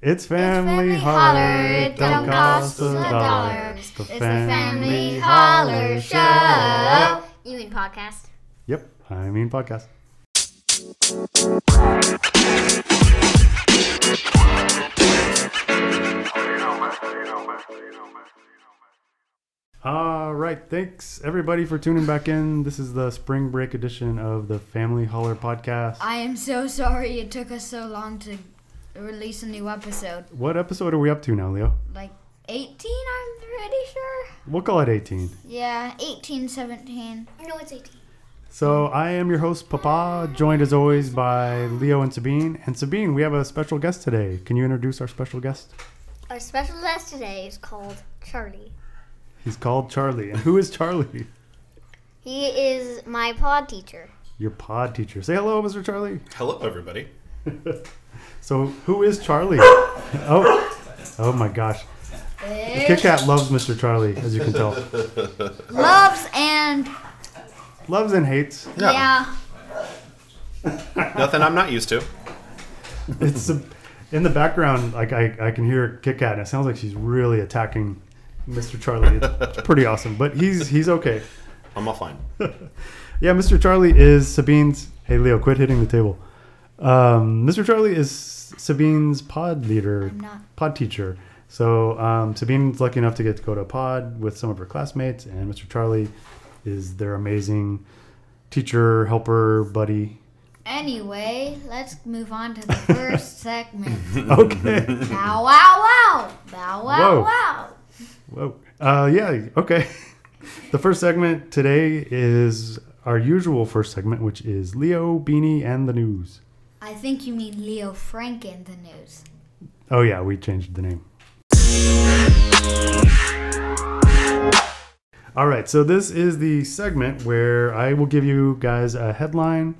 It's family holler, it don't cost a dollar. It's the It's the family Family holler Holler show. Show. You mean podcast? Yep, I mean podcast. All right, thanks everybody for tuning back in. This is the spring break edition of the Family Holler podcast. I am so sorry it took us so long to release a new episode. What episode are we up to now, Leo? Like 18, I'm pretty sure. We'll call it 18. Yeah, 18, 17. No, it's 18. So I am your host, Papa, joined as always by Leo and Sabine. And Sabine, we have a special guest today. Can you introduce our special guest? Our special guest today is called Charlie. He's called Charlie. And who is Charlie? He is my pod teacher. Your pod teacher. Say hello, Mr. Charlie. Hello, everybody. So who is Charlie? Oh, oh my gosh. Kit Kat loves Mr. Charlie, as you can tell. Loves and Loves and hates. No, yeah. nothing I'm not used to. It's a, in the background. Like I, I can hear Kit Kat, and it sounds like she's really attacking Mr. Charlie. It's pretty awesome, but he's he's okay. I'm all fine. Yeah, Mr. Charlie is Sabine's. Hey, Leo, quit hitting the table. Um, Mr. Charlie is Sabine's pod leader, I'm not. pod teacher. So um, Sabine's lucky enough to get to go to a pod with some of her classmates, and Mr. Charlie is their amazing teacher, helper, buddy. Anyway, let's move on to the first segment. Okay. Bow wow wow. Bow wow Whoa. wow. Whoa. Uh, yeah. Okay. The first segment today is our usual first segment, which is Leo, Beanie, and the news. I think you mean Leo Frank in the news. Oh yeah, we changed the name. All right, so this is the segment where I will give you guys a headline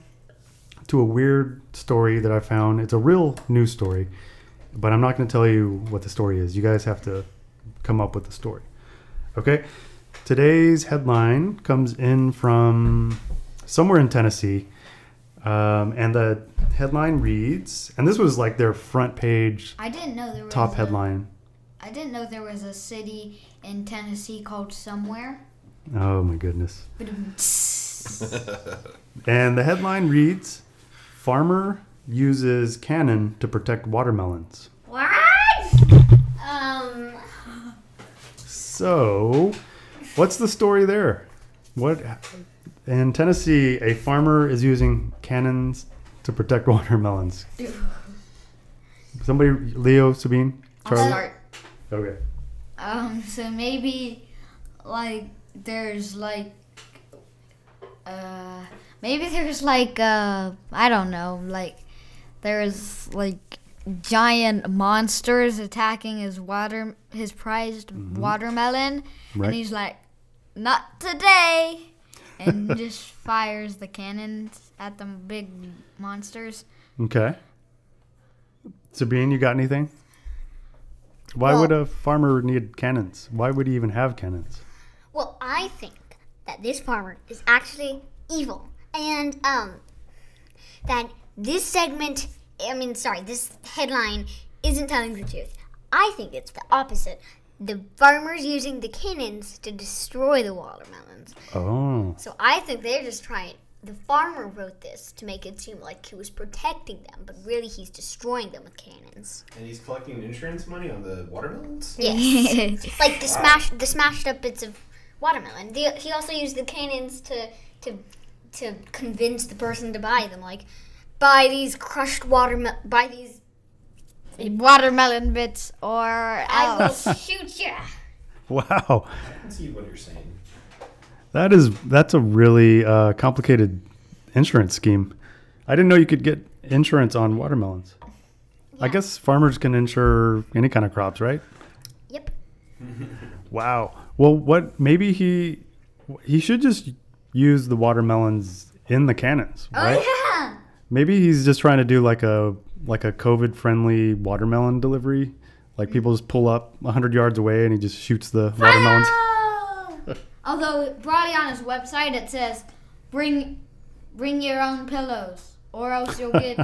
to a weird story that I found. It's a real news story, but I'm not going to tell you what the story is. You guys have to come up with the story. Okay? Today's headline comes in from somewhere in Tennessee. Um, and the headline reads, and this was like their front page I didn't know there was top a- headline. I didn't know there was a city in Tennessee called Somewhere. Oh my goodness. Ba-dum-ts. And the headline reads Farmer uses cannon to protect watermelons. What? Um, So, what's the story there? What in Tennessee, a farmer is using cannons to protect watermelons. Somebody, Leo, Sabine, I'll Charlie. start. Okay. Um, so maybe like there's like uh maybe there's like uh I don't know, like there's like giant monsters attacking his water his prized watermelon Right. and he's like not today and just fires the cannons at the big monsters. Okay. Sabine, you got anything? Why Well- would a farmer need cannons? Why would he even have cannons? well, I think that this farmer is actually evil. And, um, that this segment, I mean, sorry, this headline isn't telling the truth. I think it's the opposite. The farmer's using the cannons to destroy the watermelons. Oh. So I think they're just trying. The farmer wrote this to make it seem like he was protecting them, but really he's destroying them with cannons. And he's collecting insurance money on the watermelons? Yes, like the smash, the smashed up bits of watermelon. The, he also used the cannons to to to convince the person to buy them. Like, buy these crushed watermelon. Buy these. Watermelon bits or I will else. shoot you. Wow. I can see what you're saying. That is that's a really uh, complicated insurance scheme. I didn't know you could get insurance on watermelons. I guess farmers can insure any kind of crops, right? Yep. Wow. Well, what maybe he he should just use the watermelons in the cannons, right? Oh, Oh, yeah. Maybe he's just trying to do like a like a COVID friendly watermelon delivery. Like people just pull up 100 yards away and he just shoots the watermelons. Although broadly on his website it says, "Bring, bring Ah, your own pillows, or else you'll get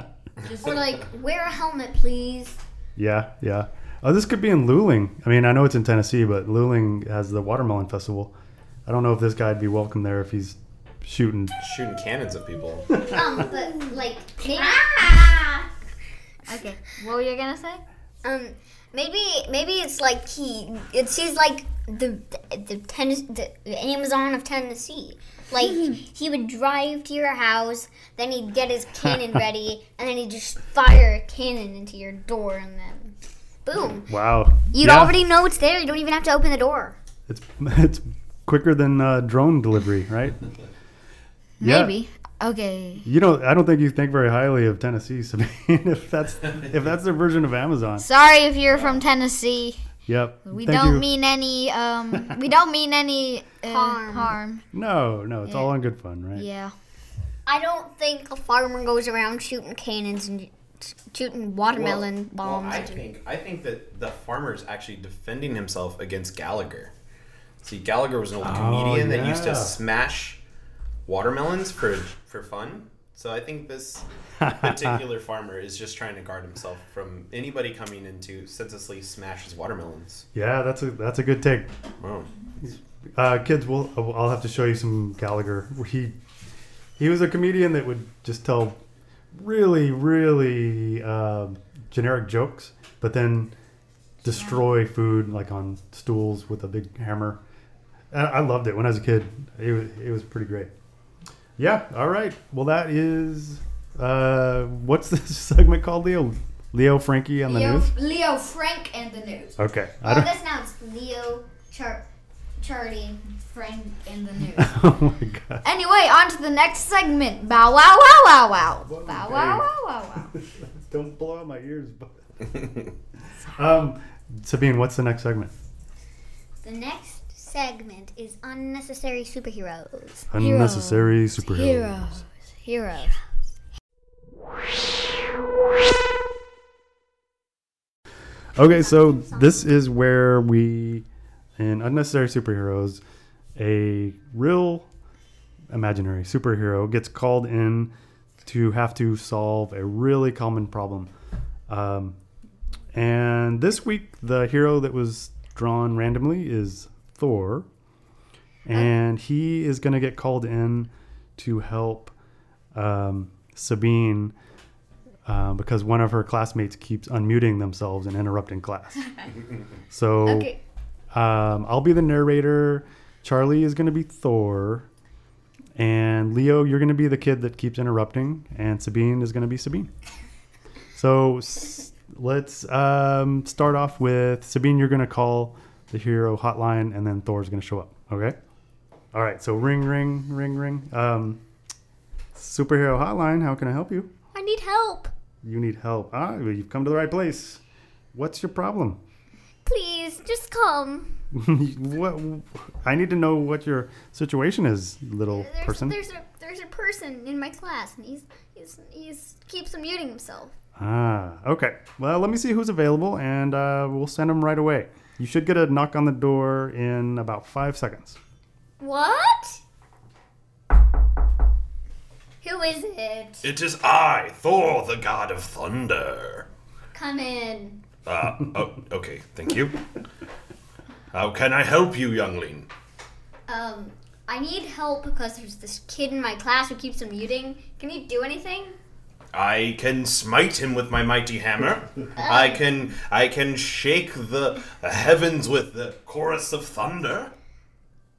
just like Wear a helmet, please. Yeah, yeah. Oh, this could be in Luling. I mean, I know it's in Tennessee, but Luling has the Watermelon Festival. I don't know if this guy'd be welcome there if he's shooting. Shooting cannons at people. Um, but like maybe Ah! Okay. What were you gonna say? um maybe maybe it's like he it's he's like the the tennis the, the Amazon of Tennessee. Like he would drive to your house, then he'd get his cannon ready, and then he'd just fire a cannon into your door, and then boom! Wow. You'd Yeah. already know it's there. You don't even have to open the door. It's it's quicker than uh, drone delivery, right? Yeah. Maybe. Okay. You don't. I don't think you think very highly of Tennessee, Sabine. If that's if that's their version of Amazon. Sorry if you're from Tennessee. Yep. We Thank don't you. mean any. Um, we don't mean any uh, Harm. harm. No, no. It's all in good fun, right? Yeah. I don't think a farmer goes around shooting cannons and shooting watermelon bombs. Well, I think I think that the farmer's actually defending himself against Gallagher. See, Gallagher was an old comedian that used yeah. to smash watermelons for for fun. So I think this particular farmer is just trying to guard himself from anybody coming in to senselessly smash his watermelons. Yeah. That's a that's a good take. Wow. Uh, kids, we'll, I'll have to show you some Gallagher. He he was a comedian that would just tell really, really uh, generic jokes, but then destroy food like on stools with a big hammer. I, I loved it when I was a kid. It was it was pretty great. Yeah. All right. Well, that is uh, what's this segment called, Leo? Leo Frankie on the news. Leo Frank and the news. Okay. I Well, don't. Oh, this now it's Leo Char- Charlie. Frank and the news. oh my god. anyway, on to the next segment. Bow wow wow wow wow. Whoa, Bow wow hey. wow wow wow. Don't blow out my ears. um, Sabine, what's the next segment? The next segment is unnecessary superheroes. Unnecessary superheroes. Heroes. Heroes. Okay, so this is where we, in unnecessary superheroes, a real imaginary superhero gets called in to have to solve a really common problem. Um, and this week, the hero that was drawn randomly is Thor, and he is going to get called in to help um, Sabine uh, because one of her classmates keeps unmuting themselves and interrupting class. so Okay. um, I'll be the narrator. Charlie is going to be Thor. And Leo, you're going to be the kid that keeps interrupting. And Sabine is going to be Sabine. So s- let's um, start off with Sabine, you're going to call the hero hotline, and then Thor's going to show up. Okay? All right. So ring, ring, ring, ring. Um, superhero hotline, how can I help you? I need help. You need help. Ah, well, you've come to the right place. What's your problem? Please, just come. what, I need to know what your situation is, little There's, person. there's a there's a person in my class, and he's he's he's keeps muting himself. Ah, okay. Well, let me see who's available, and uh, we'll send them right away. You should get a knock on the door in about five seconds. What? Who is it? It is I, Thor, the god of thunder. Come in. Uh, oh, okay, thank you. How can I help you, youngling? Um, I need help because there's this kid in my class who keeps muting. Can you do anything? I can smite him with my mighty hammer. I can I can shake the heavens with the chorus of thunder.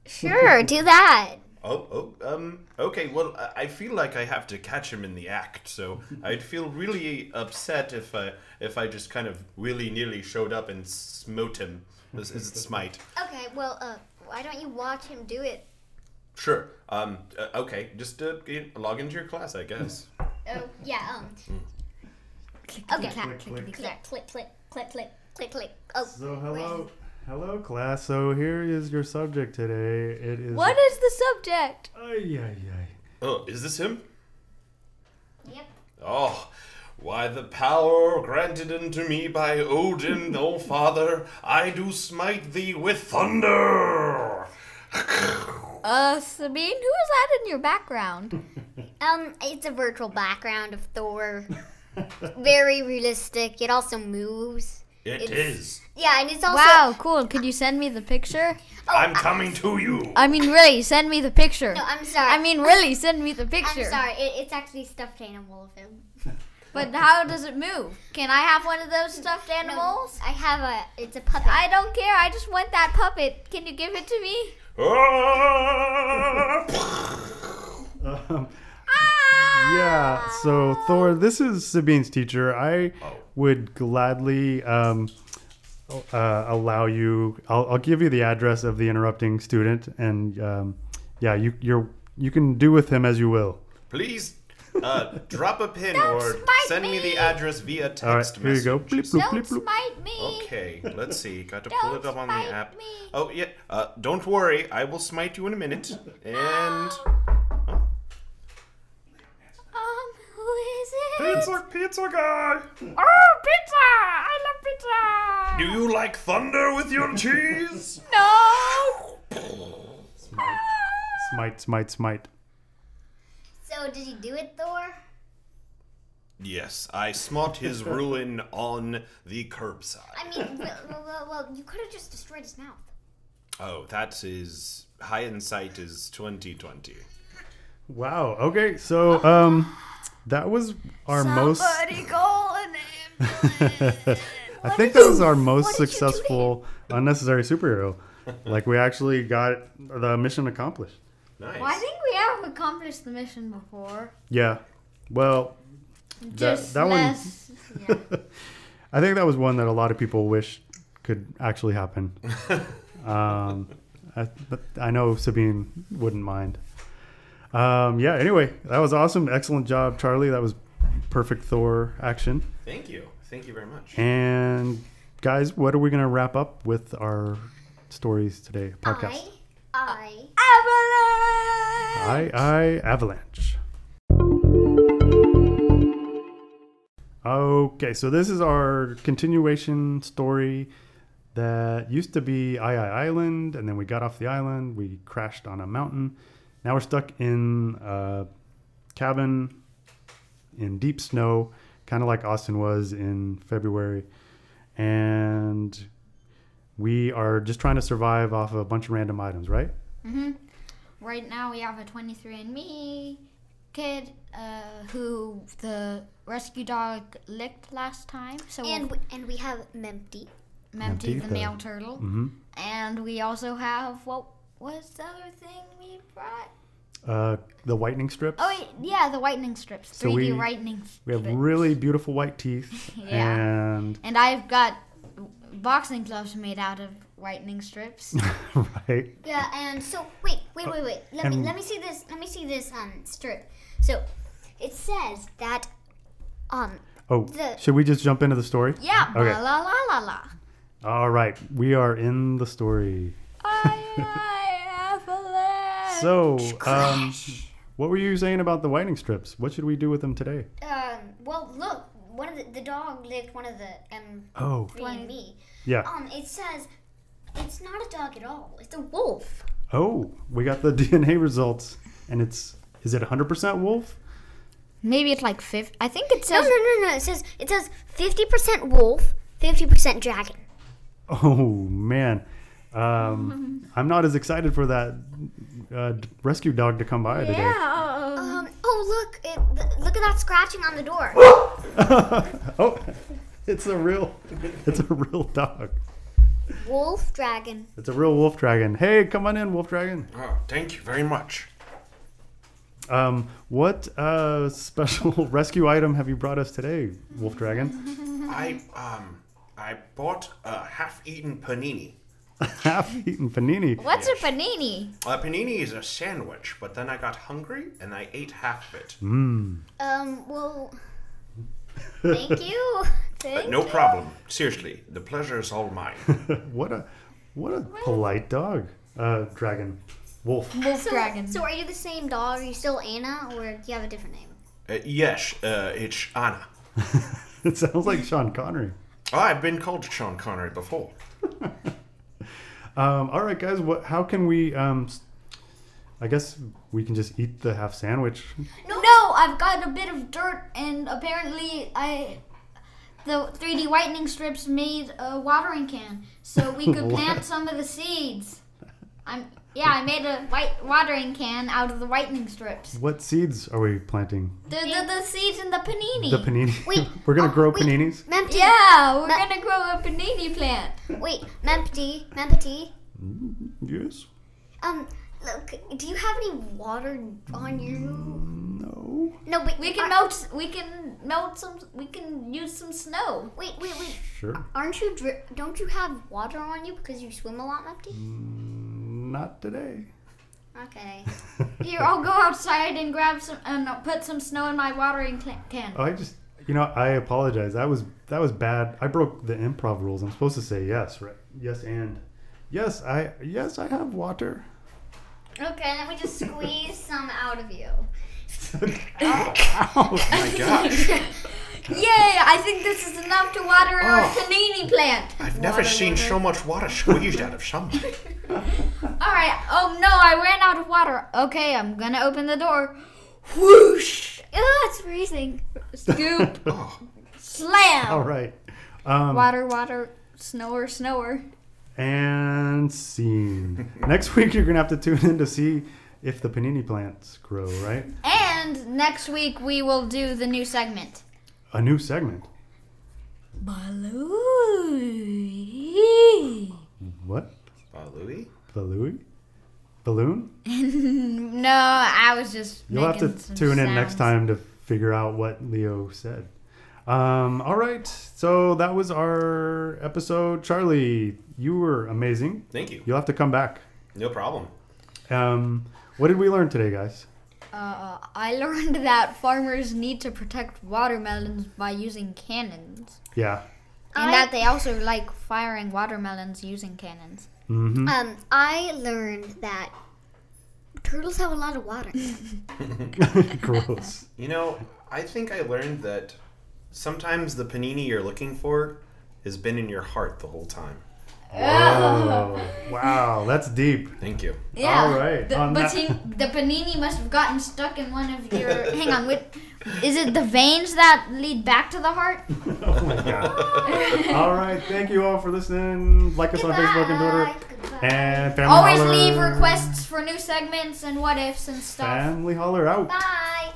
Sure, do that. Oh, oh, um, okay. Well, I- I feel like I have to catch him in the act, so I'd feel really upset if I if I just kind of willy nilly showed up and smote him. Is, is it smite? Okay, well, uh, why don't you watch him do it? Sure. Um. uh, okay. Just uh, get- log into your class, I guess. Oh, yeah, um, Okay. click, click. click, click, click, click, click, click, click. Oh, So, hello. Hello, class. So, here is your subject today. It is. What is the subject? Ay, ay, ay. Oh, is this him? yep. Oh, why the power granted unto me by Odin, O father, I do smite thee with thunder. Uh, Sabine, who is that in your background? Um, it's a virtual background of Thor. very realistic. It also moves. It It's- is. Yeah, and it's also Wow, cool. Could you send me the picture? I'm ah. coming to you. I mean, really, send me the picture. No, I'm sorry. I mean, really, send me the I'm picture. sorry. It, it's actually stuffed animal film. But how does it move? Can I have one of those stuffed animals? I have a. It's a puppet. I don't care. I just want that puppet. Can you give it to me? Um, yeah. So Thor, this is Sabine's teacher. I Oh. would gladly um, uh, allow you. I'll, I'll give you the address of the interrupting student, and um, yeah, you you're you can do with him as you will. Please uh, drop a pin or smite send me. me. the address via text All right, here you message. go. Bleep, bloop, Don't bleep, bloop. smite me. Okay, let's see. Got to pull Don't it up on the smite app. me. Oh yeah. Uh, don't worry, I will smite you in a minute. And Oh. Um, who is it? pizza, pizza guy. Oh, pizza! I love pizza! Do you like thunder with your cheese? No! Smite, smite, smite. so did you do it, Thor? yes, I smite his ruin on the curbside. I mean, well, well, well, well you could have just destroyed his mouth. Oh, that is high insight is 2020. Wow. Okay. So um, that was our most. Somebody call an ambulance. I think that was our most successful unnecessary superhero. like we actually got the mission accomplished. Nice. Well, I think we have accomplished the mission before. Yeah. Well, Just that one- less. Yeah. I think that was one that a lot of people wish could actually happen. um, I, but I know Sabine wouldn't mind. Um, yeah. Anyway, that was awesome. Excellent job, Charlie. That was perfect Thor action. Thank you. Thank you very much. And guys, what are we gonna wrap up with our stories today? Podcast. Uh, I, Avalanche! I I Avalanche. Okay, so this is our continuation story that used to be I I Island, and then we got off the island. We crashed on a mountain. Now we're stuck in a cabin in deep snow, kind of like Austin was in February, and we are just trying to survive off of a bunch of random items, right? Right now we have a 23andMe kid uh, who the rescue dog licked last time. So I and we, and we have Mempty. we'll Empty empty the the- Mm-hmm. male turtle. And we also have what was the other thing we brought? Uh, the whitening strips. Oh wait, yeah, the whitening strips. 3D So we- whitening We have strips. really beautiful white teeth. Yeah. And and I've got boxing gloves made out of whitening strips. right. Yeah, and so wait, wait, wait, wait. Let me and- let me see this. Let me see this um strip. So it says that um Oh, The- should we just jump into the story? yeah, Okay. la la la la la. All right. We are in the story. I, I, avalanche. So, um, what were you saying about the whitening strips? What should we do with them today? um well look one of the, the dog licked one of the um Oh, three and me. yeah. Um, it says it's not a dog at all. It's a wolf. Oh, we got the DNA results, and it's is it 100% wolf? Maybe it's like fifth. I think it No, says no, no, no. It says it says fifty percent wolf, fifty percent dragon. Oh man, um, I'm not as excited for that uh, d- rescue dog to come by today. Yeah. Um. Oh, look! It, th- look at that scratching on the door. oh, it's a real, it's a real dog. wolf, dragon. It's a real wolf dragon. Hey, come on in, wolf dragon. Oh, thank you very much. Um, what uh, special rescue item have you brought us today, wolf dragon? I um I bought a half-eaten panini. Half-eaten panini. What's a panini? A panini is a sandwich, but then I got hungry and I ate half of it. Um. Well. Thank you. Uh, Thank no problem. Seriously, the pleasure is all mine. What a what a polite dog. Uh, dragon, wolf. Wolf so, dragon. So, are you the same dog? Are you still Anna, or do you have a different name? uh, yes, uh, it's Anna. it sounds like Sean Connery. Oh, I've been called Sean Connery before. Um, all right, guys. What? How can we? Um, s- I guess we can just eat the half sandwich. no, I've got a bit of dirt, and apparently I, the 3D whitening strips made a watering can, so we could plant some of the seeds. I'm yeah, I made a white watering can out of the whitening strips. What seeds are we planting? The the, the seeds in the panini. The panini. Wait, We're gonna oh, grow wait. paninis. Mempty. yeah, we're Ma- gonna grow a panini plant. Wait, Mempty, Mempty. Yes. Um, look, do you have any water on you? No. No, wait. We can are- melt. We can melt some. We can use some snow. Wait, wait, wait. Sure. Aren't you? Dri- don't you have water on you because you swim a lot, Mempty? Not today. Okay. Here, I'll go outside and grab some and I'll put some snow in my watering cla- can. Oh, I just, you know, I apologize. That was that was bad. I broke the improv rules. I'm supposed to say yes, right? Yes, and yes, I yes I have water. Okay, let me just squeeze some out of you. Ow. my gosh. Yay! I think this is enough to water our Oh. panini plant. I've never seen so much water squeezed out of someone. All right. Oh no, I ran out of water. Okay, I'm gonna open the door. Whoosh! Oh, it's freezing. Scoop, slam. Oh. All right. Um, Water, water, snower, snower. And scene. Next week you're gonna have to tune in to see if the panini plants grow. Right? And next week we will do the new segment. A new segment. Baloo. What? Uh, Louis? Balloon? Balloon? no, I was just. You'll have to making some tune in next sounds. time to figure out what Leo said. Um, all right. So that was our episode. Charlie, you were amazing. Thank you. You'll have to come back. No problem. Um, what did we learn today, guys? Uh, I learned that farmers need to protect watermelons by using cannons, Yeah. and I- that they also like firing watermelons using cannons. hmm Um, I learned that turtles have a lot of water. Gross. You know, I think I learned that sometimes the panini you're looking for has been in your heart the whole time. Oh, wow. That's deep. Thank you. Yeah. All right, The, on but that- see, the panini must have gotten stuck in one of your. hang on. What, is it the veins that lead back to the heart? Oh my god. all right. Thank you all for listening. Like us on Facebook and Twitter. And family Always holler. leave requests for new segments and what ifs and stuff. Family holler out. Bye.